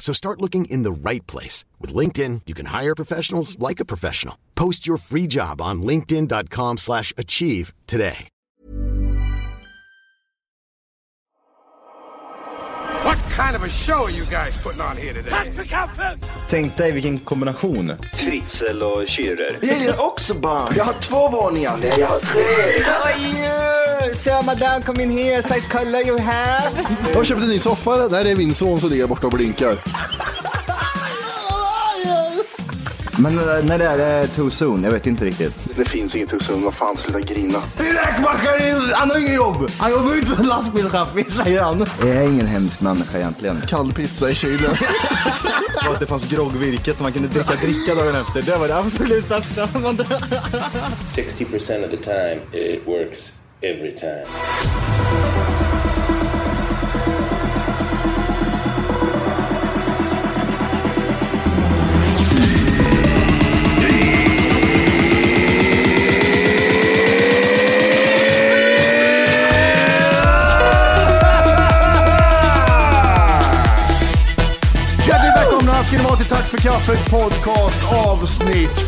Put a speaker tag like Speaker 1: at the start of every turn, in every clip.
Speaker 1: So start looking in the right place. With LinkedIn, you can hire professionals like a professional. Post your free job on linkedin.com/achieve slash achieve today.
Speaker 2: What kind of a show are you guys putting on here today?
Speaker 3: Tänk dig vilken kombination.
Speaker 4: Fritzl och Schürrer.
Speaker 5: Jag gillar också barn. Jag har två våningar. Nej, jag har tre.
Speaker 6: So madame, come in here, size color you have.
Speaker 7: Jag köpte en ny soffa. Där är min son som ligger borta och blinkar.
Speaker 3: Men eh, när det är det too soon? Jag vet inte riktigt.
Speaker 5: Det finns inget hus vad fan, sluta grina.
Speaker 7: Min räkmackare, han har inget jobb. Han jobbar ju inte som lastbilschaffis, säger han.
Speaker 3: Jag är ingen hemsk människa egentligen.
Speaker 7: Kall pizza i kylen.
Speaker 3: Och att det fanns groggvirket som man kunde dricka dricka dagen efter. Det var det absolut bästa.
Speaker 4: 60% of the time, it works every time.
Speaker 7: Hjärtligt välkomna ska ni vara till Tack för kaffet podcast avsnitt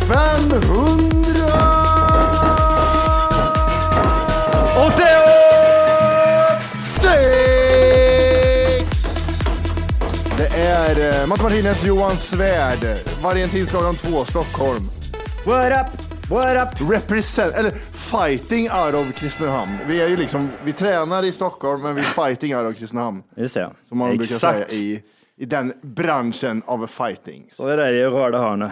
Speaker 7: 586! Det är eh, Matte Martinez, Johan Svärd, varje tisdagsgatan 2, Stockholm.
Speaker 6: What up? What up?
Speaker 7: Represent, eller fighting out of Kristinehamn. Vi är ju liksom, vi tränar i Stockholm men vi är fighting out of Kristinehamn.
Speaker 3: Just det.
Speaker 7: Som man
Speaker 3: Exakt.
Speaker 7: brukar säga i, i den branschen av fighting.
Speaker 3: Och det där är ju röda hörnet.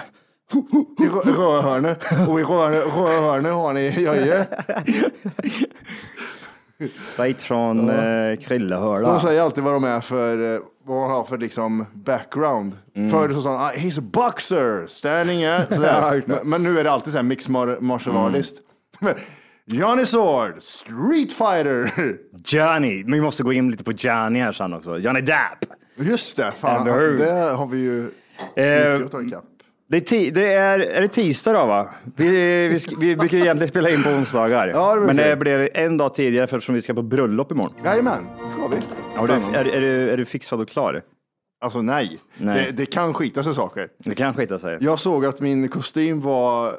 Speaker 7: I Rö- Röhörne. Och i Rö- Röhörne har ni Jöje.
Speaker 3: Straight från eh, ja. Krillehörla.
Speaker 7: De säger alltid vad de är för, eh, vad de har för liksom background.
Speaker 3: Mm.
Speaker 7: Förr så sa han, "Ah, he's a boxer, standing at, sådär. men, men nu är det alltid såhär mix mar- martial
Speaker 3: Mm.
Speaker 7: artist. Johnny Sword, Street Fighter.
Speaker 3: Johnny. Men vi måste gå in lite på Johnny här sen också. Johnny Depp.
Speaker 7: Just det, fan.
Speaker 3: Eller hur?
Speaker 7: Det har vi ju
Speaker 3: Eh,
Speaker 7: mycket att ta ikapp.
Speaker 3: Det är, ti- det är, är det tisdag då va? Vi, vi, sk- vi brukar ju egentligen spela in på onsdagar.
Speaker 7: Ja, det brukar
Speaker 3: men
Speaker 7: vi.
Speaker 3: det blir en dag tidigare för eftersom vi ska på bröllop imorgon.
Speaker 7: Jajamän, det ska vi.
Speaker 3: Har du, är,
Speaker 7: Spännande.
Speaker 3: är, du, är du fixad och klar?
Speaker 7: Alltså nej,
Speaker 3: Nej.
Speaker 7: Det, det kan skita sig saker.
Speaker 3: Det kan skita sig.
Speaker 7: Jag såg att min kostym var,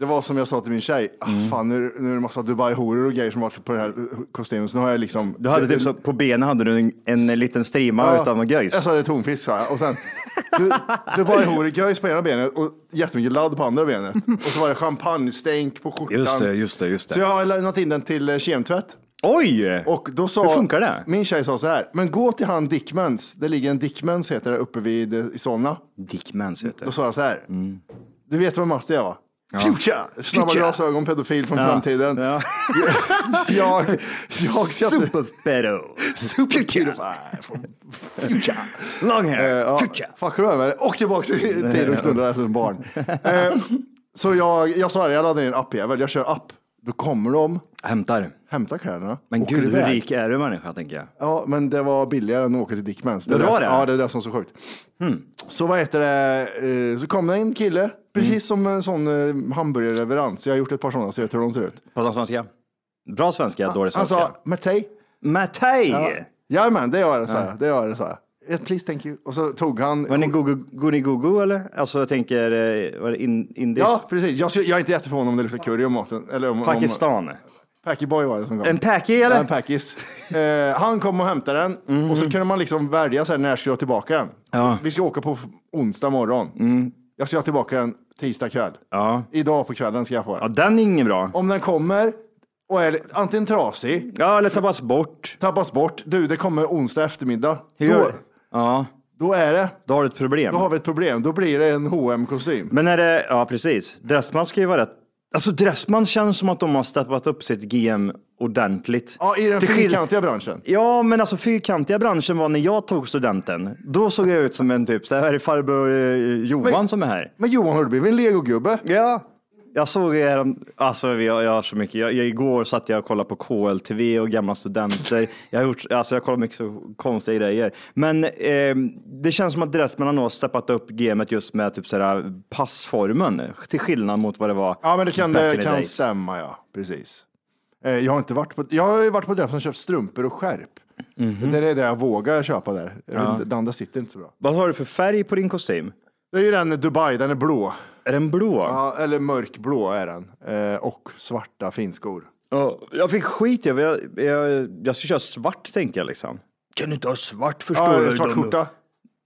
Speaker 7: det var som jag sa till min tjej, ah,
Speaker 3: Mm.
Speaker 7: fan nu, är det- nu är det massa Dubai-horor och grejer som varit på den här kostymen. Så nu har jag liksom.
Speaker 3: Du hade typ så, på benen hade du en, en liten strimma
Speaker 7: Ja,
Speaker 3: utan någon göjs.
Speaker 7: Jag sa det är tonfisk sa jag. Och sen, du, Dubai-horor, göjs på ena benet och jättemycket ladd på andra benet. Och så var det champagnestänk på skjortan.
Speaker 3: just det, just
Speaker 7: Så jag har lämnat in den till eh, kemtvätt.
Speaker 3: Oj!
Speaker 7: Och då sa,
Speaker 3: Hur funkar det?
Speaker 7: Min tjej sa så här, men gå till han Dickmans, det ligger en Dickmans heter det uppe vid eh, i Solna.
Speaker 3: Dickmans heter
Speaker 7: Då
Speaker 3: det.
Speaker 7: sa jag så här, du vet vem Matti är va? Future! Snabba
Speaker 3: Mm. Future.
Speaker 7: glasögon, pedofil från framtiden.
Speaker 3: Ja.
Speaker 7: Jag, jag
Speaker 3: Super
Speaker 7: Superpedofil. Future.
Speaker 3: Long hair.
Speaker 7: Eh, ja,
Speaker 3: Future.
Speaker 7: Fuckar du med mig? Och tillbaka till till och knulla dig som barn. Eh, Så jag, jag sa det, jag laddade ner en appjävel, jag kör app. Då kommer de,
Speaker 3: Hämtar.
Speaker 7: hämtar kläderna,
Speaker 3: Men
Speaker 7: åker
Speaker 3: gud, hur
Speaker 7: iväg.
Speaker 3: rik är du människa, tänker jag.
Speaker 7: Ja, men det var billigare än att åka till Dickmans.
Speaker 3: Ja, det
Speaker 7: är
Speaker 3: var
Speaker 7: som-
Speaker 3: det. Hmm.
Speaker 7: Ja, det är det som är så sjukt. Så vad heter det, eh, så kom det en kille, precis som en sån eh, hamburgerleverans. Jag har gjort ett par sådana, så jag vet hur de ser ut.
Speaker 3: Pratar han svenska? Bra svenska, dålig
Speaker 7: Han
Speaker 3: svenska.
Speaker 7: sa, Matej.
Speaker 3: Mattei!
Speaker 7: Jajamän, det gör det, sa jag. Det gör det, sa jag. "Yeah, Please, thank you. Och så tog han...
Speaker 3: Var ni gogo, go ni gogo eller? Alltså jag tänker, eh, var det in, indiskt?
Speaker 7: Ja, precis. Jag, jag är inte jätteförvånad om det luktar curry om maten. Eller om, Om,
Speaker 3: Pakistan.
Speaker 7: Packyboy var det som kom.
Speaker 3: En packie
Speaker 7: Ja,
Speaker 3: eller? Mhm.
Speaker 7: en packis. Eh, han kom och hämtade den och så kunde man liksom välja så här, när ska jag ha tillbaka den?
Speaker 3: Ja. Mm.
Speaker 7: Vi ska åka på f- onsdag morgon. Jag ska ha tillbaka den tisdag kväll.
Speaker 3: ja.
Speaker 7: Idag på kvällen ska jag få
Speaker 3: Ja,
Speaker 7: den.
Speaker 3: den är ingen bra.
Speaker 7: Om den kommer och är antingen trasig,
Speaker 3: Ja, eller tappas bort.
Speaker 7: tappas bort. Du, det kommer onsdag eftermiddag.
Speaker 3: Hur
Speaker 7: då,
Speaker 3: gör du? Ja,
Speaker 7: då är det.
Speaker 3: då har du ett problem.
Speaker 7: Då har vi ett problem. Då blir det en hm kostym
Speaker 3: Men är det, ja precis. Dressman ska ju vara rätt. Alltså Dressman känns som att de har steppat upp sitt GM ordentligt.
Speaker 7: Ja, i den
Speaker 3: Till skill-
Speaker 7: fyrkantiga branschen.
Speaker 3: Ja, men alltså fyrkantiga branschen var när jag tog studenten. Då såg jag ut som en typ, så här är det farbror eh, Johan
Speaker 7: Men-
Speaker 3: som är här.
Speaker 7: Men Johan Hurtig blev en legogubbe.
Speaker 3: Ja. Jag såg er, om- alltså jag, jag har så mycket, jag, jag, igår satt jag och kollade på KLTV och gamla studenter. Jag har gjort, alltså jag kollar mycket så konstiga grejer. Men ehm, det känns som att Dressman har nog steppat upp gamet just med typ sådär passformen, till skillnad mot vad det var
Speaker 7: Ja, men det kan,
Speaker 3: back
Speaker 7: det
Speaker 3: in the
Speaker 7: kan
Speaker 3: days.
Speaker 7: stämma, ja. Precis. Eh, Jag har inte varit på, jag har ju varit på den som köpt strumpor och skärp.
Speaker 3: Mhm.
Speaker 7: Det är det jag vågar köpa där. Ja. Det andra sitter inte så bra.
Speaker 3: Vad har du för färg på din kostym?
Speaker 7: Det är ju den Dubai, den är blå.
Speaker 3: Är den blå?
Speaker 7: Ja, eller mörkblå är den. Eh, och svarta finskor.
Speaker 3: Ja, jag fick skit, jag, jag, jag, jag ska köra svart tänkte jag liksom. Kan du inte ha svart förstår
Speaker 7: Ja,
Speaker 3: du?
Speaker 7: svart
Speaker 3: dum-
Speaker 7: skjorta,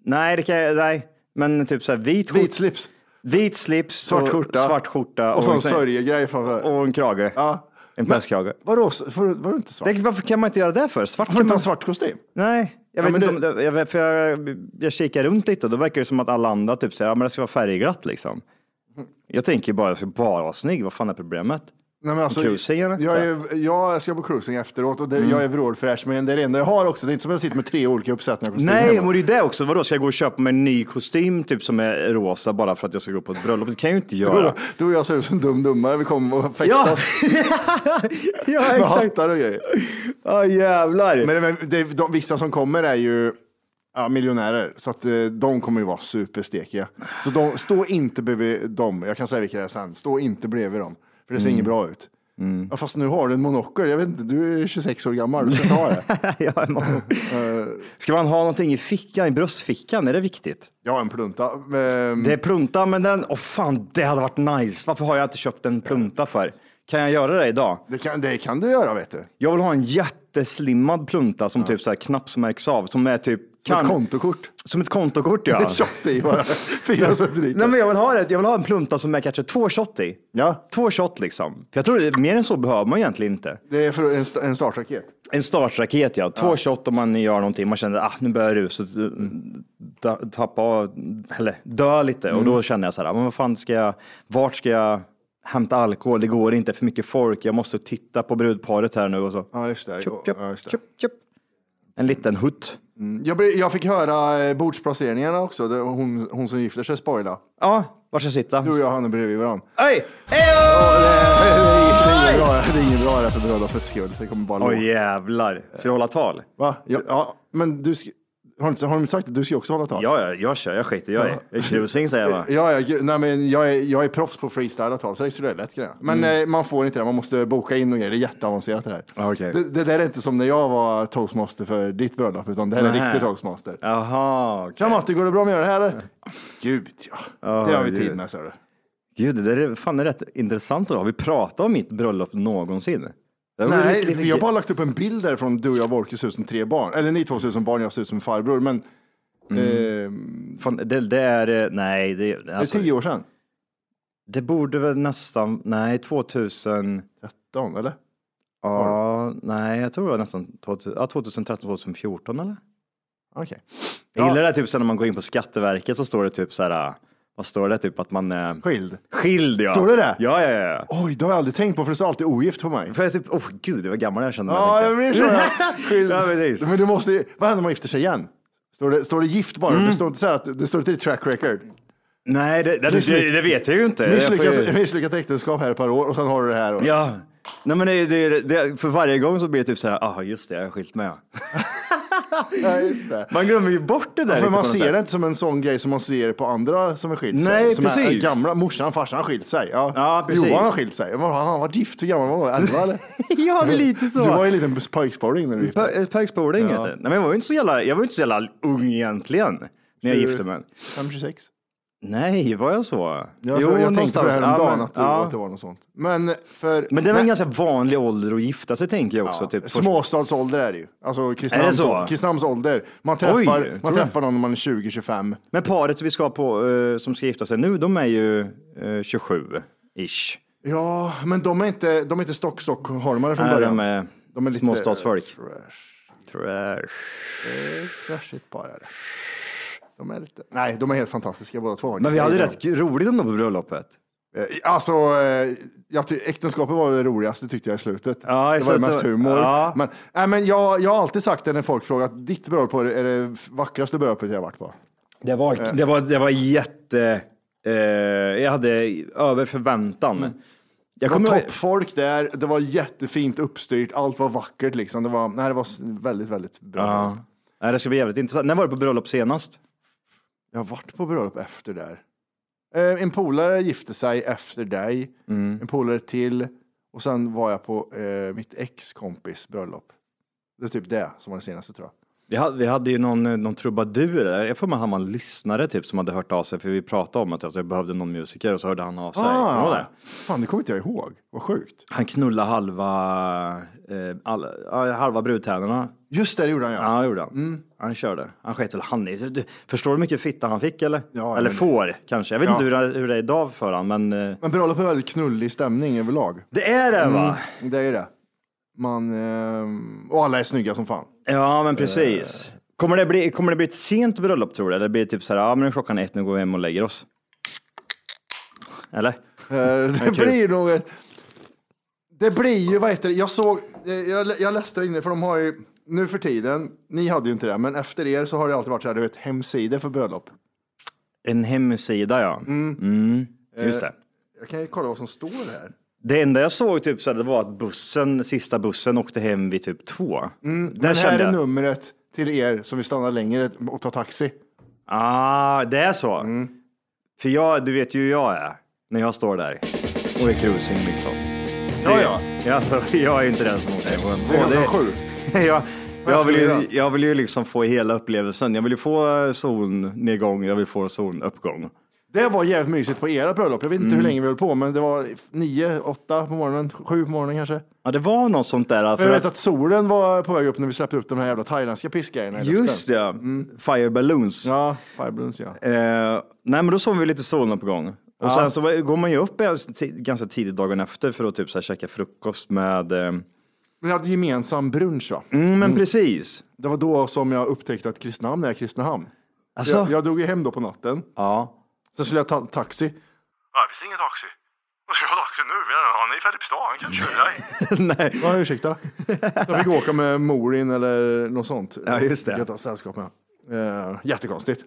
Speaker 3: Nej, det kan jag, nej. Men typ såhär vit, skjorta.
Speaker 7: vit slips
Speaker 3: Vit slips,
Speaker 7: Svart
Speaker 3: och
Speaker 7: skjorta.
Speaker 3: svart skjorta liksom-
Speaker 7: och så en
Speaker 3: en-
Speaker 7: sörjegrej framför.
Speaker 3: och en krage.
Speaker 7: Ja.
Speaker 3: En pälskrage.
Speaker 7: Vadå, s- får du- var du inte svart?
Speaker 3: Det- Varför kan man inte göra det för? Svart
Speaker 7: Får
Speaker 3: kan
Speaker 7: du inte ha
Speaker 3: man...
Speaker 7: en svart kostym?
Speaker 3: Nej, jag
Speaker 7: Ja,
Speaker 3: vet
Speaker 7: men
Speaker 3: inte om det, jag, vet- för jag, jag kikar runt lite och då verkar det som att alla andra typ säger ja men det ska vara färgglatt liksom. Jag tänker ju bara, jag ska bara vara snygg, vad fan är problemet?
Speaker 7: Nej, men alltså,
Speaker 3: Cruising, eller? Mm.
Speaker 7: jag, är, jag ska på cruising efteråt och det, jag är vrålfräsch, men det är det enda jag har också. Det är inte som att jag sitter med tre olika uppsättningar kostymer.
Speaker 3: Nej,
Speaker 7: hemma.
Speaker 3: och det är det också, vadå, ska jag gå och köpa mig en ny kostym typ som är rosa bara för att jag ska gå på ett bröllop? Det kan jag ju inte göra.
Speaker 7: Vadå? Du och jag ser ut som dum dummare, vi kommer och fäktas
Speaker 3: ja
Speaker 7: med
Speaker 3: exakt.
Speaker 7: hattar och grejer.
Speaker 3: Ja jävlar.
Speaker 7: Men, men det, de, vissa som kommer är ju ja, miljonärer, så att, eh, de kommer ju vara superstekiga. Så de, stå inte bredvid dem, jag kan säga vilka det är sen, stå inte bredvid dem, för det ser
Speaker 3: Mm.
Speaker 7: inget bra ut. Ja, fast nu har du en monokel, jag vet inte, du är 26 år gammal, du ska inte ha det. Eh,
Speaker 3: Ja, man- Ska man ha någonting i fickan, i bröstfickan? Är det viktigt?
Speaker 7: Jag har en plunta. ehm,
Speaker 3: Det är plunta, men den, åh fan, det hade varit nice. Varför har jag inte köpt en plunta för? Kan jag göra det idag?
Speaker 7: Det kan, det kan du göra vet du.
Speaker 3: Jag vill ha en jätteslimmad plunta som typ så här knappsmärks av, som är typ
Speaker 7: Ett
Speaker 3: kan,
Speaker 7: kontokort.
Speaker 3: som ett kontokort. Ja.
Speaker 7: Tjockt i bara. Fyra centiliter.
Speaker 3: Nej, men jag, vill ha det. jag vill ha en plunta som är kanske två shot i.
Speaker 7: Ja,
Speaker 3: Två shot liksom. För jag tror det- mer än så behöver man egentligen inte.
Speaker 7: det är för en, sta- en startraket.
Speaker 3: En startraket ja. Två shot om man gör någonting. Man känner ah, nu börjar ruset eh,
Speaker 7: Mm.
Speaker 3: ta- tappa av, eller dö lite. Och då känner jag så här, ah, men vad fan ska jag, vart ska jag hämta alkohol? Det går inte, för mycket folk. Jag måste titta på brudparet här nu och så.
Speaker 7: Ja, just det.
Speaker 3: Tjup, tjup,
Speaker 7: Ja, just det.
Speaker 3: tjup, tjup. En liten hutt.
Speaker 7: Jag, blev- jag fick höra eh, bordsplaceringarna också. Det- Hon, hon som gifter sig spoila.
Speaker 3: Ja, var ska jag sitta?
Speaker 7: Du och jag hann bredvid varandra.
Speaker 3: Oj!
Speaker 7: Det är inget bra- det är inget bra det här för bröllopets skull. Det kommer bara
Speaker 3: Oj
Speaker 7: låta.
Speaker 3: jävlar. Ska jag hålla tal?
Speaker 7: Va? Ja, ja, men du ska, har, inte, har de inte sagt att du ska också hålla tal?
Speaker 3: Ja, ja, jag kör. Jag skiter jag i. Jag är Tjusing säger jag bara.
Speaker 7: Ja, ja, gud, nej, men jag, är, jag är proffs på freestyla tal, så det är så det är lätt grejer. Men eh, man får inte det, man måste boka in och grejer. Det är jätteavancerat det här.
Speaker 3: Mm. Ja, okej.
Speaker 7: Det, det där är inte som när jag var toastmaster för ditt bröllop, utan det här
Speaker 3: Nej.
Speaker 7: är riktig toastmaster.
Speaker 3: Jaha, okej.
Speaker 7: Tja Matti, går det bra med att göra det här? Gud ja, det har vi
Speaker 3: gud.
Speaker 7: tid med sa du.
Speaker 3: Gud, det där är fan rätt intressant. Då. Har vi pratat om mitt bröllop någonsin? Det var
Speaker 7: Nej,
Speaker 3: lite- lite-
Speaker 7: jag har bara lagt upp en bild där från du och jag, Wolke, ser ut som tre barn. Eller ni två ser ut som barn, jag ser ut som farbror. Men
Speaker 3: Mm.
Speaker 7: eh,
Speaker 3: fan, det, det är... eh, Nej, det,
Speaker 7: det är
Speaker 3: alltså,
Speaker 7: tio år sedan.
Speaker 3: det borde väl nästan... Nej, 2000...
Speaker 7: 13, eller?
Speaker 3: Ja, nej, jag tror det var nästan 2000, ja, 2013, 2014 eller?
Speaker 7: Okej.
Speaker 3: Jag gillar det här, typ så här, när man går in på Skatteverket så står det typ så här... äh, Vad står det? Typ att man är...
Speaker 7: Skild.
Speaker 3: Skild, ja.
Speaker 7: Står det det?
Speaker 3: Ja, ja, ja. ja.
Speaker 7: Oj, det har jag aldrig tänkt på, för det står alltid ogift på mig.
Speaker 3: För jag typ, oh gud, det var gammal jag kände mig.
Speaker 7: Ja,
Speaker 3: tänkte.
Speaker 7: jag blir så. ja. Skild.
Speaker 3: Ja, precis.
Speaker 7: men du måste ju- vad händer om man gifter sig igen? Står det, står det gift bara?
Speaker 3: Mm.
Speaker 7: Det står inte så här att, det står inte i track record.
Speaker 3: Nej, det, det, det, det vet jag ju inte. Eh, Jag får ju-
Speaker 7: Misslyckat, misslyckat äktenskap här ett par år och sen har du det här. Och,
Speaker 3: Ja. Nej, men det, det, det, för varje gång så blir det typ så här, ah just det, jag har skilt mig. ja."
Speaker 7: Ja, just det.
Speaker 3: Man glömmer ju bort det där. lite
Speaker 7: För
Speaker 3: på
Speaker 7: man
Speaker 3: något
Speaker 7: ser
Speaker 3: sätt.
Speaker 7: det inte som en sån grej som man ser på andra som är skilt sig.
Speaker 3: Nej,
Speaker 7: som är-
Speaker 3: precis.
Speaker 7: Är gamla, morsan, farsan har skilt sig. Ja.
Speaker 3: Ja, precis.
Speaker 7: Johan har skilt sig. Vad har Han har varit gift, hur gammal var han? 11 eller?
Speaker 3: Ja, men lite så.
Speaker 7: Du var ju en liten pojkspoling när du gifte dig.
Speaker 3: eh, Pökspoling ja. Nej, men jag var ju inte så jävla, jag var ju inte så jävla ung egentligen när jag
Speaker 7: Hur-
Speaker 3: gifte mig.
Speaker 7: 26.
Speaker 3: Nej, var jag så?
Speaker 7: Jag, jo, jag tänkte på det här om dagen, att, du-
Speaker 3: ja.
Speaker 7: att det var något sånt. Men, för,
Speaker 3: men det var en
Speaker 7: men-
Speaker 3: ganska vanlig ålder att gifta sig tänker jag också.
Speaker 7: Ja,
Speaker 3: Typ, först-
Speaker 7: Småstadsålder är det ju. Alltså
Speaker 3: Är det
Speaker 7: Kristinehamns
Speaker 3: så?
Speaker 7: Kristinehamns ålder. Man
Speaker 3: Oj,
Speaker 7: träffar,
Speaker 3: tror
Speaker 7: man
Speaker 3: du?
Speaker 7: träffar någon när man är 20-25.
Speaker 3: Men paret vi ska på, eh, som ska gifta sig nu, de är ju eh, 27-ish.
Speaker 7: Ja, men de är inte, de är inte stockstockholmare från
Speaker 3: Nej,
Speaker 7: början.
Speaker 3: de är
Speaker 7: lite
Speaker 3: småstadsfolk.
Speaker 7: Trash.
Speaker 3: Trash.
Speaker 7: Trashigt bara. är det. De är lite, nej, de är helt fantastiska båda två.
Speaker 3: Men vi hade rätt roligt ändå på bröllopet.
Speaker 7: Eh, Alltså, eh, jag ty- äktenskapet var det roligaste tyckte jag i slutet.
Speaker 3: Ja, i
Speaker 7: det var det
Speaker 3: slutet-
Speaker 7: mest humor.
Speaker 3: ja.
Speaker 7: Men, nej, men jag, jag har alltid sagt det när folk frågar att ditt bröllop var- är det vackraste bröllopet jag har varit på.
Speaker 3: Det var, det var, det var jätte... Eh, jag hade över förväntan. Jag
Speaker 7: Det var
Speaker 3: kommer ihåg-
Speaker 7: toppfolk där, det var jättefint uppstyrt, allt var vackert liksom. Det var, nej, det var s- väldigt, väldigt bra.
Speaker 3: Ja. Nej, det ska bli jävligt intressant. När var du på bröllop senast?
Speaker 7: Jag har varit på bröllop efter där. Eh, En polare gifte sig efter dig,
Speaker 3: Mm.
Speaker 7: en polare till och sen var jag på eh, mitt ex kompis bröllop. Det är typ det som var det senaste tror jag.
Speaker 3: Vi hade, vi hade ju någon, eh, någon trubadur, där. jag får mig att han var en lyssnare typ som hade hört av sig för vi pratade om att jag behövde någon musiker och så hörde han av sig. Kommer du ihåg det?
Speaker 7: Fan, det kommer inte jag ihåg. Vad sjukt.
Speaker 3: Han knullade halva, eh, alla, ja, halva brudtänderna.
Speaker 7: Just det, det gjorde han ja.
Speaker 3: Ja, det gjorde han. Han körde. Han sket väl han i. du- du- Förstår du hur mycket fitta han fick eller?
Speaker 7: Ja,
Speaker 3: eller
Speaker 7: men-
Speaker 3: får kanske. Jag vet
Speaker 7: Ja.
Speaker 3: inte hur, det- hur det är idag för han men eh,
Speaker 7: Men bröllop är väldigt knullig stämning överlag.
Speaker 3: det är det va?
Speaker 7: Det är det. Man, ehm, och alla är snygga som fan.
Speaker 3: Ja, men
Speaker 7: Eh.
Speaker 3: precis. Kommer det, bli, kommer det bli ett sent bröllop tror du? Eller blir det typ så här, ja men nu är klockan ett, nu går vi hem och lägger oss? Eller?
Speaker 7: Eh, det
Speaker 3: kul.
Speaker 7: blir nog ett... Det blir ju, vad heter det, jag såg, eh, jag, lä- jag läste inne, för de har ju, nu för tiden, ni hade ju inte det, men efter er så har det alltid varit så här, du vet, hemsidor för bröllop.
Speaker 3: En hemsida ja. Mm.
Speaker 7: Eh.
Speaker 3: Just det.
Speaker 7: Jag kan ju kolla vad som står här.
Speaker 3: Det enda jag såg typ så här, det var att bussen, sista bussen åkte hem vid typ två. Där
Speaker 7: Men här
Speaker 3: kände
Speaker 7: är
Speaker 3: jag,
Speaker 7: numret till er som vill stanna längre och ta taxi.
Speaker 3: ah det är så.
Speaker 7: Mm.
Speaker 3: För jag, du vet ju hur jag är. När jag står där och är cruising liksom.
Speaker 7: Ja, ja.
Speaker 3: Det- Alltså, jag är ju inte den som åker hem på en
Speaker 7: Det är klockan sju.
Speaker 3: jag, jag, vill
Speaker 7: Varför
Speaker 3: ju,
Speaker 7: det?
Speaker 3: jag vill ju liksom få hela upplevelsen. Jag vill ju få solnedgång, jag vill få solnuppgång.
Speaker 7: Det var jävligt mysigt på era bröllop. Jag vet inte hur
Speaker 3: Mm.
Speaker 7: länge vi höll på, men det var nio, åtta på morgonen, sju på morgonen kanske.
Speaker 3: Ja, det var något sånt där.
Speaker 7: Men
Speaker 3: För
Speaker 7: jag vet
Speaker 3: att,
Speaker 7: att solen var på väg upp när vi släppte upp de här jävla thailändska pissgrejerna i
Speaker 3: just
Speaker 7: luften.
Speaker 3: det, fire balloons.
Speaker 7: Ja, fireballoons ja.
Speaker 3: Eh, nej, men då såg vi lite solnuppgång. Och sen så var- går man ju upp en ti- ganska tidigt dagen efter för att typ så här käka frukost med... Eh, mm,
Speaker 7: Vi hade gemensam brunch va?
Speaker 3: men precis.
Speaker 7: Det var då som jag upptäckte att Kristinehamn är Kristinehamn.
Speaker 3: Alltså,
Speaker 7: Jag, jag drog ju hem då på natten.
Speaker 3: ja.
Speaker 7: Sen skulle jag ta taxi.
Speaker 8: Ja, det finns ingen taxi. Vad ska jag ha taxi nu? Han är i Filipstad, han kan köra dig.
Speaker 7: Ja, ursäkta. Jag fick åka med Morin eller något sånt.
Speaker 3: Ja, just det.
Speaker 7: Fick Jag ta sällskap med. Eh, jättekonstigt.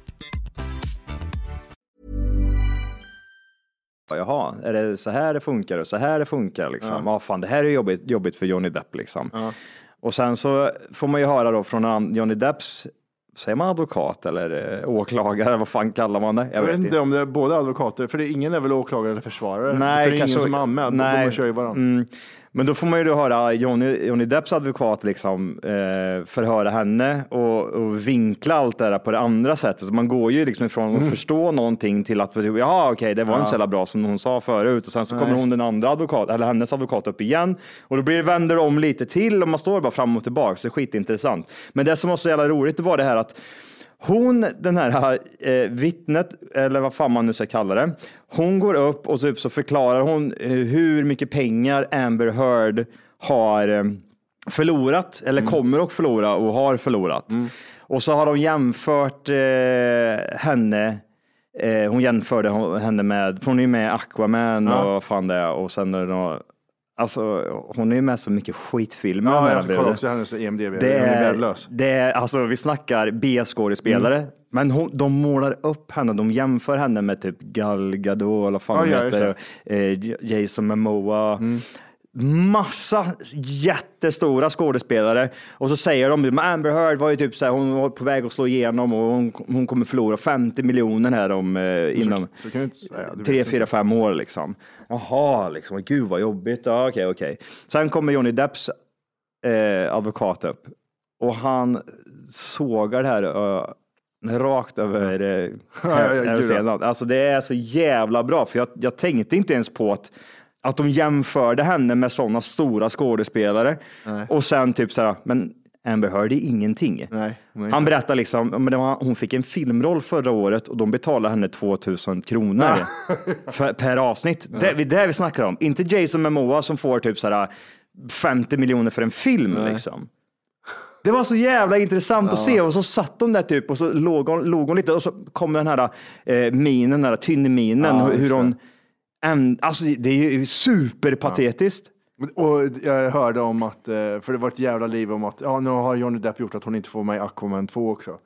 Speaker 3: jaha, är det så här det funkar och så här det funkar liksom. Ja, fan, det här är jobbigt, jobbigt för Johnny Depp liksom. Och sen så får man ju höra då från han- Johnny Depps, säger man advokat eller eh, åklagare, vad fan kallar man det?
Speaker 7: Jag vet inte om det är båda advokater, för det är ingen är väl åklagare eller försvarare?
Speaker 3: Nej,
Speaker 7: för det är ingen
Speaker 3: kanske-
Speaker 7: som är anmäld,
Speaker 3: nej.
Speaker 7: de kör ju varandra.
Speaker 3: Mm. Men då får man ju då höra "Ah, Johnny, Johnny Depps advokat liksom, eh, förhöra henne och, och vinkla allt det där på det andra sättet. Så man går ju liksom ifrån att
Speaker 7: Mm.
Speaker 3: förstå någonting till att, ja okej, det var
Speaker 7: Ja.
Speaker 3: inte så jävla bra som hon sa förut. Och sen så kommer
Speaker 7: Nej.
Speaker 3: hon den andra advokat, eller hennes advokat upp igen och då blir, vänder det om lite till och man står bara fram och tillbaka. Så det är skitintressant. Men det som var så jävla roligt det var det här att hon, den här eh, vittnet, eller vad fan man nu ska kalla det, hon går upp och typ så förklarar hon eh, hur mycket pengar Amber Heard har eh, förlorat, eller
Speaker 7: Mm.
Speaker 3: kommer att förlora och har förlorat. Och så har de jämfört eh, henne, eh, hon jämförde hon- henne med, för hon är ju med i Aquaman
Speaker 7: Ja.
Speaker 3: och vad fan det är, och sen är det nå- Alltså, hon är ju med så mycket skitfilmer. den
Speaker 7: Ja,
Speaker 3: här
Speaker 7: jag kollar
Speaker 3: bruden.
Speaker 7: också hennes E EMDB,
Speaker 3: Det
Speaker 7: hon är
Speaker 3: är,
Speaker 7: värdelös. Mm.
Speaker 3: det är, alltså, vi snackar B-skådespelare, men hon, de målar upp henne. De jämför henne med typ Gal Gadot, eller vad fan
Speaker 7: Ja,
Speaker 3: hon
Speaker 7: ja, Mm.
Speaker 3: heter, eh, Jason Momoa. Massa jättestora skådespelare och så säger de, men Amber Heard var ju typ så här, hon var på väg att slå igenom och hon, hon kommer förlora 50 miljoner här om, eh, inom
Speaker 7: Så, så kan du inte säga. du
Speaker 3: tre,
Speaker 7: vet
Speaker 3: fyra,
Speaker 7: inte.
Speaker 3: fem år liksom. Jaha, liksom. gud vad jobbigt. Ja, okej, okej. Sen kommer Johnny Depps eh, advokat upp och han sågar det här eh, rakt över eh,
Speaker 7: ja, ja,
Speaker 3: över
Speaker 7: gud, ja.
Speaker 3: scenen. Alltså det är så jävla bra, för jag, jag tänkte inte ens på att att de jämförde henne med sådana stora skådespelare.
Speaker 7: Nej.
Speaker 3: Och sen typ så här, men Amber Heard är ingenting.
Speaker 7: Nej, hon är
Speaker 3: Han
Speaker 7: inte-
Speaker 3: berättar liksom, men det var, hon fick en filmroll förra året och de betalade henne 2000 kronor för, per avsnitt. Det, det är det vi snackar om. Inte Jason Momoa som får typ så här 50 miljoner för en film liksom. Det var så jävla intressant att se och så satt de där typ och så låg hon, låg hon lite och så kom den här eh, minen, den här tynnminen,
Speaker 7: Ja,
Speaker 3: hur, hur
Speaker 7: just
Speaker 3: hon... En, alltså det är ju superpatetiskt.
Speaker 7: Och jag hörde om att, eh, för det var ett jävla liv om att, ja nu har Johnny Depp gjort att hon inte får med i Aquaman 2 också.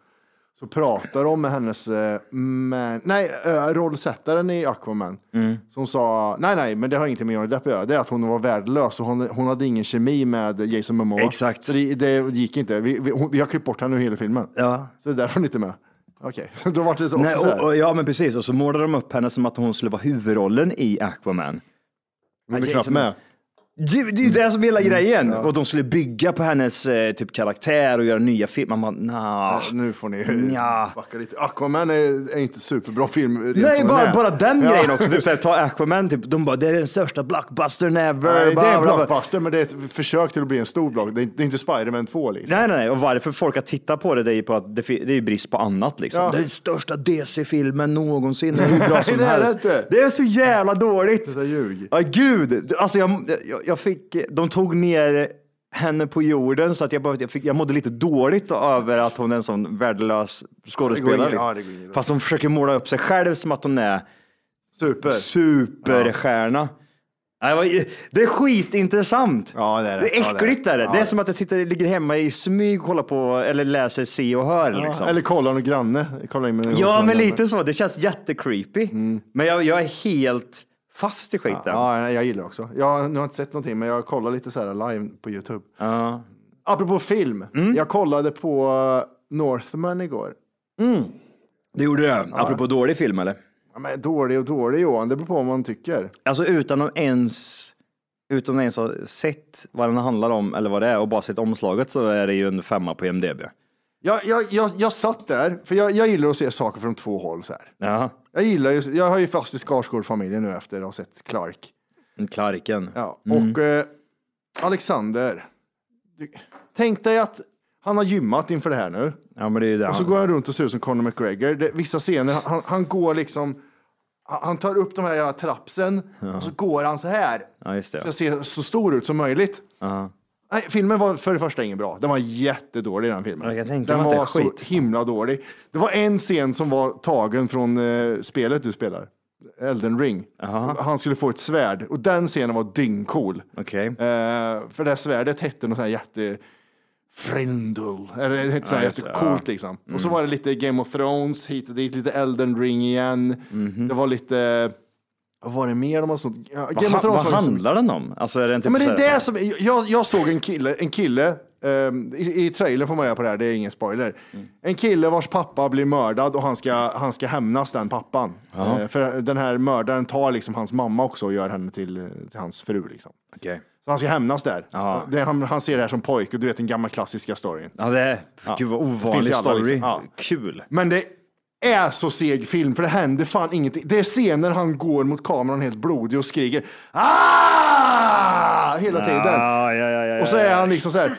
Speaker 7: Så pratar de med hennes, eh, man, nej, eh, rollsättaren i Aquaman.
Speaker 3: Mm.
Speaker 7: Som sa, nej nej, men det har ingenting med Johnny Depp att göra. Det är att hon var värdelös och hon, hon hade ingen kemi med Jason Momoa.
Speaker 3: Exakt.
Speaker 7: Så det, det gick inte. Vi, vi, hon, vi har klippt bort henne ur hela filmen.
Speaker 3: Ja.
Speaker 7: Så det är därför hon inte är med. Okej, så då var det så också
Speaker 3: Nej,
Speaker 7: så här.
Speaker 3: och, och, ja men precis, och så målade de upp henne som att hon skulle vara huvudrollen i Aquaman.
Speaker 7: Hon är
Speaker 3: Jason-
Speaker 7: knappt med. Mm,
Speaker 3: Det, det är ju det som är hela grejen. Och de skulle bygga på hennes eh, typ karaktär och göra nya filmer. Man bara, nah.
Speaker 7: Ja, nu får ni
Speaker 3: Nja.
Speaker 7: backa lite. Aquaman är, är inte superbra film. rent
Speaker 3: Nej,
Speaker 7: som
Speaker 3: bara,
Speaker 7: är.
Speaker 3: bara den
Speaker 7: Ja.
Speaker 3: grejen också. Typ, såhär, ta Aquaman, typ, de bara, det är den största blockbustern ever.
Speaker 7: Nej, det
Speaker 3: Bla,
Speaker 7: är
Speaker 3: bla,
Speaker 7: en
Speaker 3: bla.
Speaker 7: blockbuster, men det är ett försök till att bli en stor block. Det är, det är inte Spider-Man 2 liksom.
Speaker 3: Nej, nej, nej. Och varför folk har tittat på det, det är ju på att det, fi- det är ju brist på annat liksom.
Speaker 7: Ja.
Speaker 3: Det är den största DC-filmen någonsin. Det är hur bra som
Speaker 7: det är det
Speaker 3: helst.
Speaker 7: inte.
Speaker 3: det är så jävla dåligt.
Speaker 7: Det är ljug.
Speaker 3: Ja, gud. Alltså, jag, jag, jag fick, de tog ner henne på jorden så att jag, bara, jag, fick, jag mådde lite dåligt över att hon är en sån värdelös skådespelare.
Speaker 7: Ja, det går ingen-
Speaker 3: Fast hon försöker måla upp sig själv som att hon är
Speaker 7: Super.
Speaker 3: superstjärna. Nej, det var- Det är skitintressant.
Speaker 7: Ja, det är det.
Speaker 3: Det
Speaker 7: Ja,
Speaker 3: är
Speaker 7: det är
Speaker 3: äckligt
Speaker 7: det.
Speaker 3: är det.
Speaker 7: Ja,
Speaker 3: det
Speaker 7: det
Speaker 3: är
Speaker 7: är
Speaker 3: som att jag sitter, ligger hemma i smyg och kollar på eller läser Se och Hör.
Speaker 7: Ja,
Speaker 3: liksom.
Speaker 7: Eller kolla någon granne. Kolla in med någon
Speaker 3: ja,
Speaker 7: som- Mm.
Speaker 3: men lite så. Det känns jättecreepy. Men jag, jag är helt fast i skiten.
Speaker 7: Ja, nej, jag gillar också. Jag, nu har jag inte sett någonting, men jag kollar lite så här live på YouTube. Apropå film.
Speaker 3: Mm.
Speaker 7: Jag kollade på eh, Northman igår.
Speaker 3: Det gjorde det. Apropå dålig film eller?
Speaker 7: Ja, men dålig och dålig Johan, det beror på vad man tycker.
Speaker 3: Alltså utan att ens utan att ens ha sett vad den handlar om eller vad det är och bara sett omslaget så är det ju en femma på IMDB.
Speaker 7: Jag, jag, jag, jag satt där, för jag, jag gillar att se saker från två håll så här.
Speaker 3: Ja,
Speaker 7: Jag gillar ju, jag har ju fast i Skarsgård-familjen nu efter att ha sett Clark.
Speaker 3: Clarken.
Speaker 7: Ja, och eh, Alexander, du, tänk dig att han har gymmat inför det här nu.
Speaker 3: Ja, men det är ju det.
Speaker 7: Och så går han runt och ser ut som Conor McGregor. Det, vissa scener, han, han går liksom, han han tar upp de här jävla trappsen och så går han så här.
Speaker 3: Ja, just det.
Speaker 7: Så jag ser så stor ut som möjligt.
Speaker 3: Ja.
Speaker 7: Nej, filmen var för det första ingen bra. Den var jättedålig den filmen.
Speaker 3: Ja, jag tänker
Speaker 7: den
Speaker 3: mig att det är
Speaker 7: var så
Speaker 3: skit.
Speaker 7: himla dålig. Det var en scen som var tagen från eh, spelet du spelar. Elden ring. Han skulle få ett svärd och den scenen var dyngcool.
Speaker 3: Okej.
Speaker 7: Eh, för det här svärdet hette något sånt här jätte... Frindul. Eller det hette så här
Speaker 3: Ja, just det,
Speaker 7: jättecoolt
Speaker 3: ja. Mm.
Speaker 7: liksom. Och så var det lite Game of Thrones hit och dit, lite Elden ring igen. Det var lite Vad var det mer de har sånt? Ja,
Speaker 3: Mhm. Vad,
Speaker 7: Game of
Speaker 3: han-
Speaker 7: Thrones
Speaker 3: vad
Speaker 7: var ju så-
Speaker 3: handlar den om? Alltså är det inte
Speaker 7: Ja, men det
Speaker 3: så här-
Speaker 7: är det som, jag, jag såg en kille, en kille ehm, i, i trailern får man reda på det här, det är ingen spoiler.
Speaker 3: Mm.
Speaker 7: En kille vars pappa blir mördad och han ska, han ska hämnas den pappan.
Speaker 3: Ja.
Speaker 7: Eh, för den här mördaren tar liksom hans mamma också och gör henne till, till hans fru. Liksom.
Speaker 3: Okej.
Speaker 7: Så han ska hämnas där.
Speaker 3: Ja.
Speaker 7: Det, han, han ser det här som pojke, och du vet den gamla klassiska storyn.
Speaker 3: Ja, det är, gud vad
Speaker 7: Det finns i
Speaker 3: ovanlig
Speaker 7: alla,
Speaker 3: story.
Speaker 7: liksom. Ja.
Speaker 3: Kul.
Speaker 7: Men det är så seg film, för det händer fan ingenting. Det är scener han går mot kameran helt blodig och skriker ah! hela tiden.
Speaker 3: Ja, ja, ja, ja,
Speaker 7: och så
Speaker 3: ja,
Speaker 7: är
Speaker 3: ja.
Speaker 7: han liksom så här.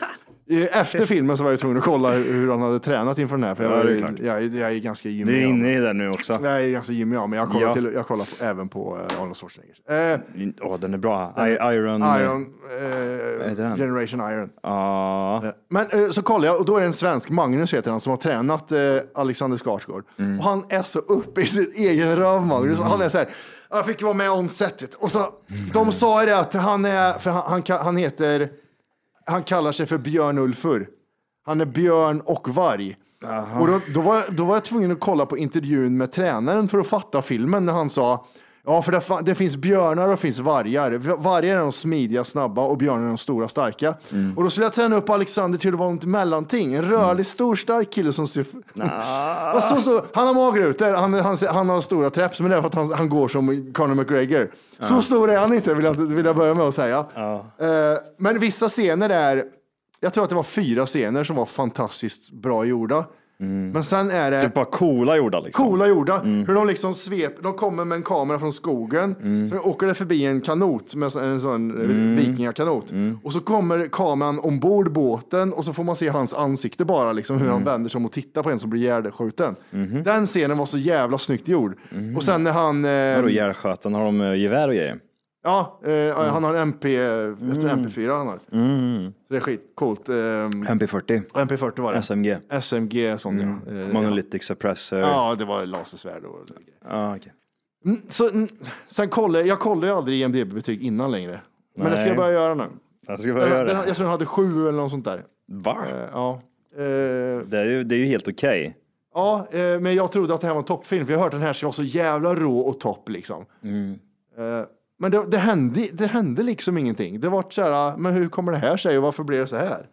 Speaker 7: eh, Efter filmen så var jag tvungen att kolla hur hur han hade tränat inför den här, för jag,
Speaker 3: Ja,
Speaker 7: var,
Speaker 3: det är klart.
Speaker 7: jag, jag är ganska gymmig.
Speaker 3: Du är
Speaker 7: av mig.
Speaker 3: inne i den nu också.
Speaker 7: Jag är ganska gymmig av mig. Jag kollar,
Speaker 3: Ja.
Speaker 7: till, jag kollar på, även på eh, Arnold Schwarzenegger.
Speaker 3: Åh, den är bra. I, Iron...
Speaker 7: Iron, eh,
Speaker 3: heter den?
Speaker 7: Generation Iron.
Speaker 3: Ja.
Speaker 7: Men eh, så kollar jag och då är det en svensk, Magnus heter han, som har tränat eh, Alexander Skarsgård. Och han är så uppe i sin egen röv, Magnus. Och Han är så här, jag fick vara med om setet. Och så, de sa ju det att han är, för han, han, ka- han heter, han kallar sig för Björn Ulfur. Han är björn och varg. Och då, då, var, då var jag tvungen att kolla på intervjun med tränaren för att fatta filmen när han sa Ja, för det, fa- det finns björnar och finns vargar. Vargar är de smidiga, snabba och björnar är de stora, starka. Och då skulle jag träna upp Alexander till att vara ett mellanting. En rörlig, stor, stark kille som ser... Och så, så, han har magrutor, han, han, han har stora traps, men det är för att han, han går som Conor McGregor. Så stor är han inte, vill jag, vill jag börja med att säga. Eh, men vissa scener är... Jag tror att det var fyra scener som var fantastiskt bra gjorda. Men sen är det...
Speaker 3: Typ bara coola gjorda liksom.
Speaker 7: Coola gjorda. Hur de liksom sveper, de kommer med en kamera från skogen. Sen åker det förbi en kanot, med så- en sån eh, vikingakanot. Och så kommer kameran ombord båten och så får man se hans ansikte bara, liksom, hur han vänder sig om och tittar på en som blir ihjälskjuten. Den scenen var så jävla snyggt gjord. Och sen när han... eh,
Speaker 3: Vadå järnsköten? Har de eh, gevär och grejer?
Speaker 7: ja, eh, han har en MP, jag tror MP4 han har. Så det är skitcoolt. Eh,
Speaker 3: MP40.
Speaker 7: MP40 var det.
Speaker 3: SMG.
Speaker 7: SMG, sån ja.
Speaker 3: Mm.
Speaker 7: Eh,
Speaker 3: Monolithic suppressor.
Speaker 7: Ja, det var lasersvärd och
Speaker 3: Ja, okej.
Speaker 7: Mm, Så, mm, sen kollar jag kollar ju aldrig IMDB-betyg innan längre. Men det ska
Speaker 3: Nej.
Speaker 7: jag börja göra nu.
Speaker 3: Jag ska
Speaker 7: Den,
Speaker 3: börja göra
Speaker 7: den,
Speaker 3: det.
Speaker 7: jag tror den hade sju eller något sånt där.
Speaker 3: Va?
Speaker 7: Eh, ja. Eh,
Speaker 3: Det är ju, det är ju helt okej.
Speaker 7: ja, eh, men jag trodde att det här var en toppfilm. För jag har hört att den här ska vara så jävla rå och topp liksom.
Speaker 3: Mm.
Speaker 7: Eh, men det, det, hände, det hände liksom ingenting. Det vart så här, ah, men hur kommer det här sig och varför blir det så här?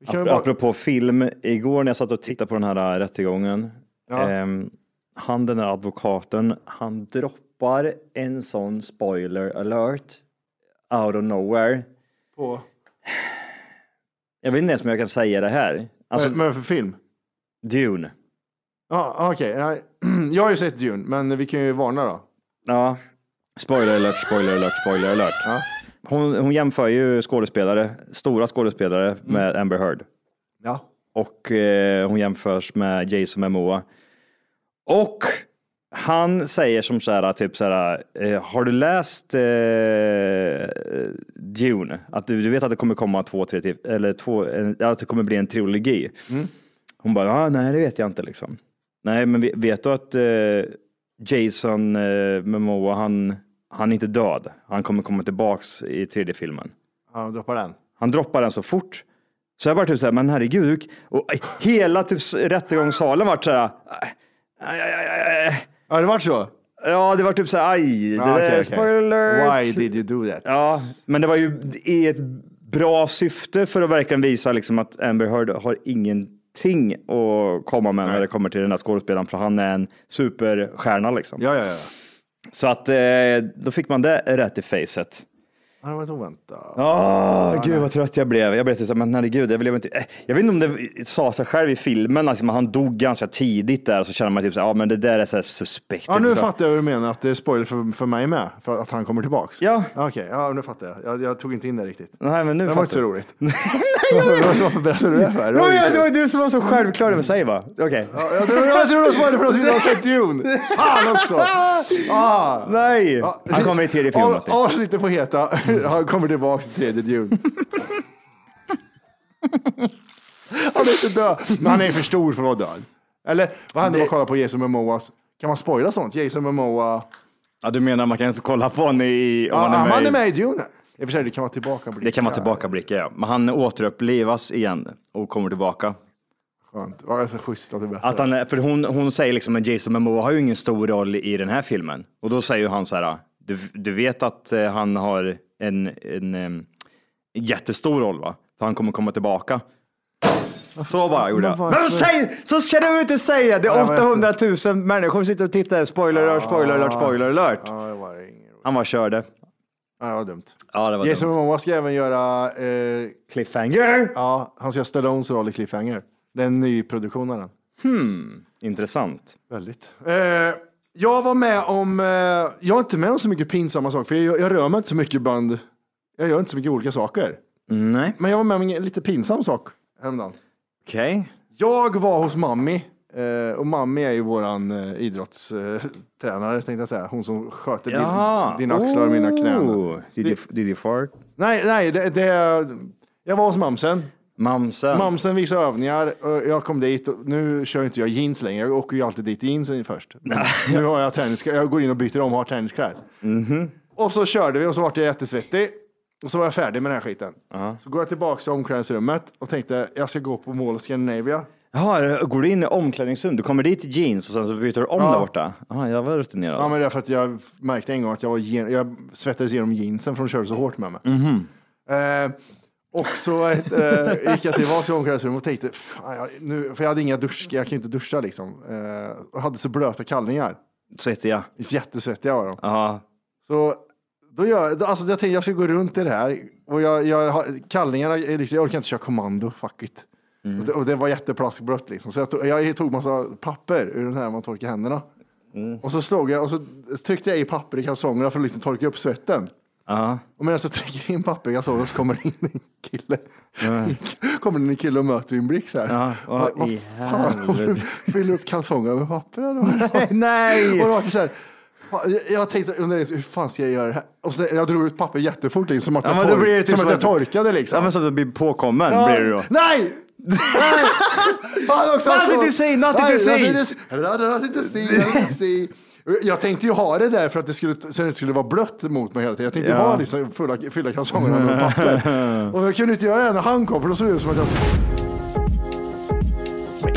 Speaker 7: Vi kan ju
Speaker 3: Ap-
Speaker 7: bara-
Speaker 3: Apropå film, igår när jag satt och tittade på den här äh, rättegången.
Speaker 7: Ja.
Speaker 3: ehm, han den där advokaten, han droppar en sån spoiler alert out of nowhere.
Speaker 7: på,
Speaker 3: Jag vet inte ens om jag kan säga det här. Alltså,
Speaker 7: vad är det för film?
Speaker 3: Dune.
Speaker 7: Ja, ah, okej. nej. Jag har ju sett Dune, men vi kan ju varna då.
Speaker 3: Ja. Spoiler alert, spoiler alert, spoiler alert. Hon, hon jämför ju skådespelare, stora skådespelare med
Speaker 7: Mm.
Speaker 3: Amber Heard.
Speaker 7: Ja.
Speaker 3: och eh, hon jämförs med Jason Momoa. Och han säger som så här, typ så här, eh, har du läst eh, Dune? Att du, du vet att det kommer komma två, tre, till- eller två, en, att det kommer bli en trilogi. Hon bara, ah, nej det vet jag inte liksom. Nej, men ve- vet du att eh, Jason eh, Momoa, han, han är inte död. Han kommer komma tillbaks i tredje filmen.
Speaker 7: Ja, droppa den.
Speaker 3: Han droppar den så fort. Så jag var typ så här, men herregud. hur- Och hela typ s- rättegångssalen vart så här. "Aj, aj, aj, aj, aj."
Speaker 7: Ja, det vart så.
Speaker 3: Ja, det var typ så här, aj, det
Speaker 7: Ah, okej,
Speaker 3: där,
Speaker 7: okej.
Speaker 3: spoiler alert.
Speaker 7: Why did you do that?
Speaker 3: Ja, men det var ju i ett bra syfte för att verkligen visa liksom att Amber Heard har ingenting att komma med när det kommer till den här skådespelaren, för han är en superstjärna liksom.
Speaker 7: Ja, ja, ja.
Speaker 3: Så att eh, då fick man det rätt i facet.
Speaker 7: Ja, Det var ett oväntat.
Speaker 3: Åh, Ah, gud vad trött jag blev. Jag blev typ så här, men herregud, jag blev inte... eh, Jag vet inte om det sa sig själv i filmen, alltså, men han dog ganska tidigt där, så känner man typ så här, ja men det där är så här suspekt.
Speaker 7: Ja, nu
Speaker 3: Typ så.
Speaker 7: fattar jag hur du menar, att det är spoiler för, för mig med, för att han kommer tillbaks.
Speaker 3: Ja.
Speaker 7: Okej, ja, nu fattar jag. jag. Jag tog inte in det riktigt.
Speaker 3: Nej, men nu
Speaker 7: Det var
Speaker 3: fattar
Speaker 7: inte så
Speaker 3: jag.
Speaker 7: roligt. Nej, Varför varför berättar du det för?
Speaker 3: Ja, ja, det var ju du som var så självklar över sig va? Okej.
Speaker 7: Ja, jag tror- jag tror det var spoiler för oss som inte har sett Dune. Fan också! Ah.
Speaker 3: Nej!
Speaker 7: Ja.
Speaker 3: Han kommer i tredje filmen. typ. Mm.
Speaker 7: Av- Avsnittet får heta Han kommer tillbaks i tredje Dune. Han är inte död, men han är för stor för att vara död. Eller vad hände om man kollar på Jason Momoas? Kan man spoila sånt? Jason Momoa?
Speaker 3: Ja, du menar man kan inte kolla på honom i... Om
Speaker 7: Ja,
Speaker 3: han, är med i-
Speaker 7: i Dune. I och för sig, det kan vara tillbaka.
Speaker 3: Det kan vara tillbakablickar ja. Men han återupplivas igen och kommer tillbaka.
Speaker 7: Skönt. Ja, det är så schysst att du berättar.
Speaker 3: Att han, är- för hon, hon säger liksom att Jason Momoa har ju ingen stor roll i den här filmen. Och då säger ju han så här, "Du- Du, du vet att eh, han har en, en em, jättestor roll va? För han kommer komma tillbaka. Så bara gjorde jag.
Speaker 7: Men
Speaker 3: Men
Speaker 7: varför?
Speaker 3: säg, så ska du inte säga! Det
Speaker 7: Jag
Speaker 3: är
Speaker 7: vet
Speaker 3: 800 000 människor som sitter och tittar. Spoiler alert, spoiler alert, spoiler alert.
Speaker 7: Ja, det var inget.
Speaker 3: Han bara körde.
Speaker 7: Ja, det var dumt.
Speaker 3: Ja, det var
Speaker 7: Jason
Speaker 3: dumt.
Speaker 7: Momoa ska även göra... Eh,
Speaker 3: Cliffhanger!
Speaker 7: Ja, han ska göra Stallones roll i Cliffhanger. Det är en ny produktion av den.
Speaker 3: Hmm, intressant.
Speaker 7: Väldigt. Eh, jag var med om, eh, jag är inte med om så mycket pinsamma saker, för jag, jag rör mig inte så mycket bland, jag gör inte så mycket olika saker.
Speaker 3: Nej,
Speaker 7: Men jag var med om en lite pinsam sak häromdagen.
Speaker 3: okej.
Speaker 7: Jag var hos mammi, eh, och mammi är ju våran eh, idrottstränare tänkte jag säga, hon som sköter
Speaker 3: Ja.
Speaker 7: din, dina axlar och mina knän.
Speaker 3: Oh, Did you, did you fart?
Speaker 7: Nej, nej, det, det, jag var hos mamsen.
Speaker 3: Mamsen.
Speaker 7: Mamsen visade övningar och jag kom dit och nu kör ju inte jag jeans längre. Jag åker ju alltid dit i jeansen först. Men nu har jag tenniskläder. Jag går in och byter om och har tenniskläder. Och så körde vi och så vart jag jättesvettig. Och så var jag färdig med den här skiten. Så går jag tillbaka till omklädningsrummet och tänkte jag ska gå på Mall of Scandinavia.
Speaker 3: Jaha, går du in i omklädningsrum? Du kommer dit i jeans och sen så byter du om där borta? Ja, jag var rutinerad.
Speaker 7: Ja, men det är för att jag märkte en gång att jag, var gen- jag svettades igenom jeansen för de körde så hårt med mig. Eh, och så eh, gick jag tillbaka till omklädningsrummet och tänkte, fan, jag, nu, för jag hade inga dusch, jag kan ju inte duscha liksom. Eh, och hade så blöta kallningar.
Speaker 3: Svettig jag.
Speaker 7: Jättesvettiga var de.
Speaker 3: Ja.
Speaker 7: Så då gör, då, alltså, jag tänkte jag ska gå runt i det här. Och jag, jag, har- kallningarna, är liksom, jag orkar inte köra kommando, fuck it.
Speaker 3: Mm.
Speaker 7: Och, det, och det var jätteplaskblött liksom. Så jag tog, jag tog massa papper ur den här man torkar händerna.
Speaker 3: Mm.
Speaker 7: Och så slog jag och så tryckte jag i papper i kalsongerna för att liksom torka upp svetten.
Speaker 3: Ja.
Speaker 7: Och medan jag trycker in papper i kalsongerna så kommer det in en kille. kommer det in en kille och möter min blick så här.
Speaker 3: Ja, vad
Speaker 7: Vad- vad
Speaker 3: i
Speaker 7: fan, har du
Speaker 3: helvete.
Speaker 7: fyllt upp kalsongerna med papper eller vad?
Speaker 3: Nej!
Speaker 7: Och då var det så här, fan, jag- jag tänkte under det, liksom, hur fan ska jag göra det här? Och så, jag drog ut papper jättefort, liksom, som att,
Speaker 3: Ja,
Speaker 7: jag,
Speaker 3: men då
Speaker 7: tork,
Speaker 3: blir det typ
Speaker 7: som
Speaker 3: som
Speaker 7: att jag
Speaker 3: att-
Speaker 7: torkade. Liksom.
Speaker 3: Ja, men så att du blir påkommen
Speaker 7: Ja,
Speaker 3: blir du då.
Speaker 7: Nej! Nej! Fan också, alltså.
Speaker 3: Nothing to see, nothing to see.
Speaker 7: Nothing to see, nothing to see. Jag tänkte ju ha det där för att det skulle, så det inte skulle vara blött mot mig hela tiden. Jag tänkte
Speaker 3: Ja.
Speaker 7: ha liksom fulla, fylla kalsongerna med papper. Och jag kunde inte göra det när han kom för då såg det ut som att jag... Men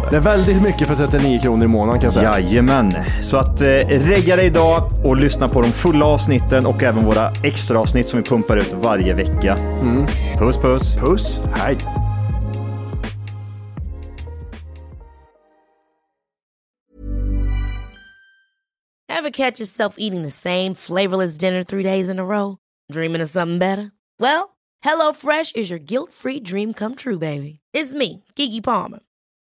Speaker 3: det.
Speaker 7: Det är väldigt mycket för 39 kronor i månaden kan jag säga.
Speaker 3: Jajamän, så att eh, regga dig idag och lyssna på de fulla avsnitten och även våra extra avsnitt som vi pumpar ut varje vecka.
Speaker 7: Mm.
Speaker 3: Puss puss!
Speaker 7: Puss, hej!
Speaker 9: Ever catch yourself eating the same flavorless dinner three days in a row? Dreaming of something better? Well, HelloFresh is your guilt-free dream come true, baby. It's me, Gigi Palmer.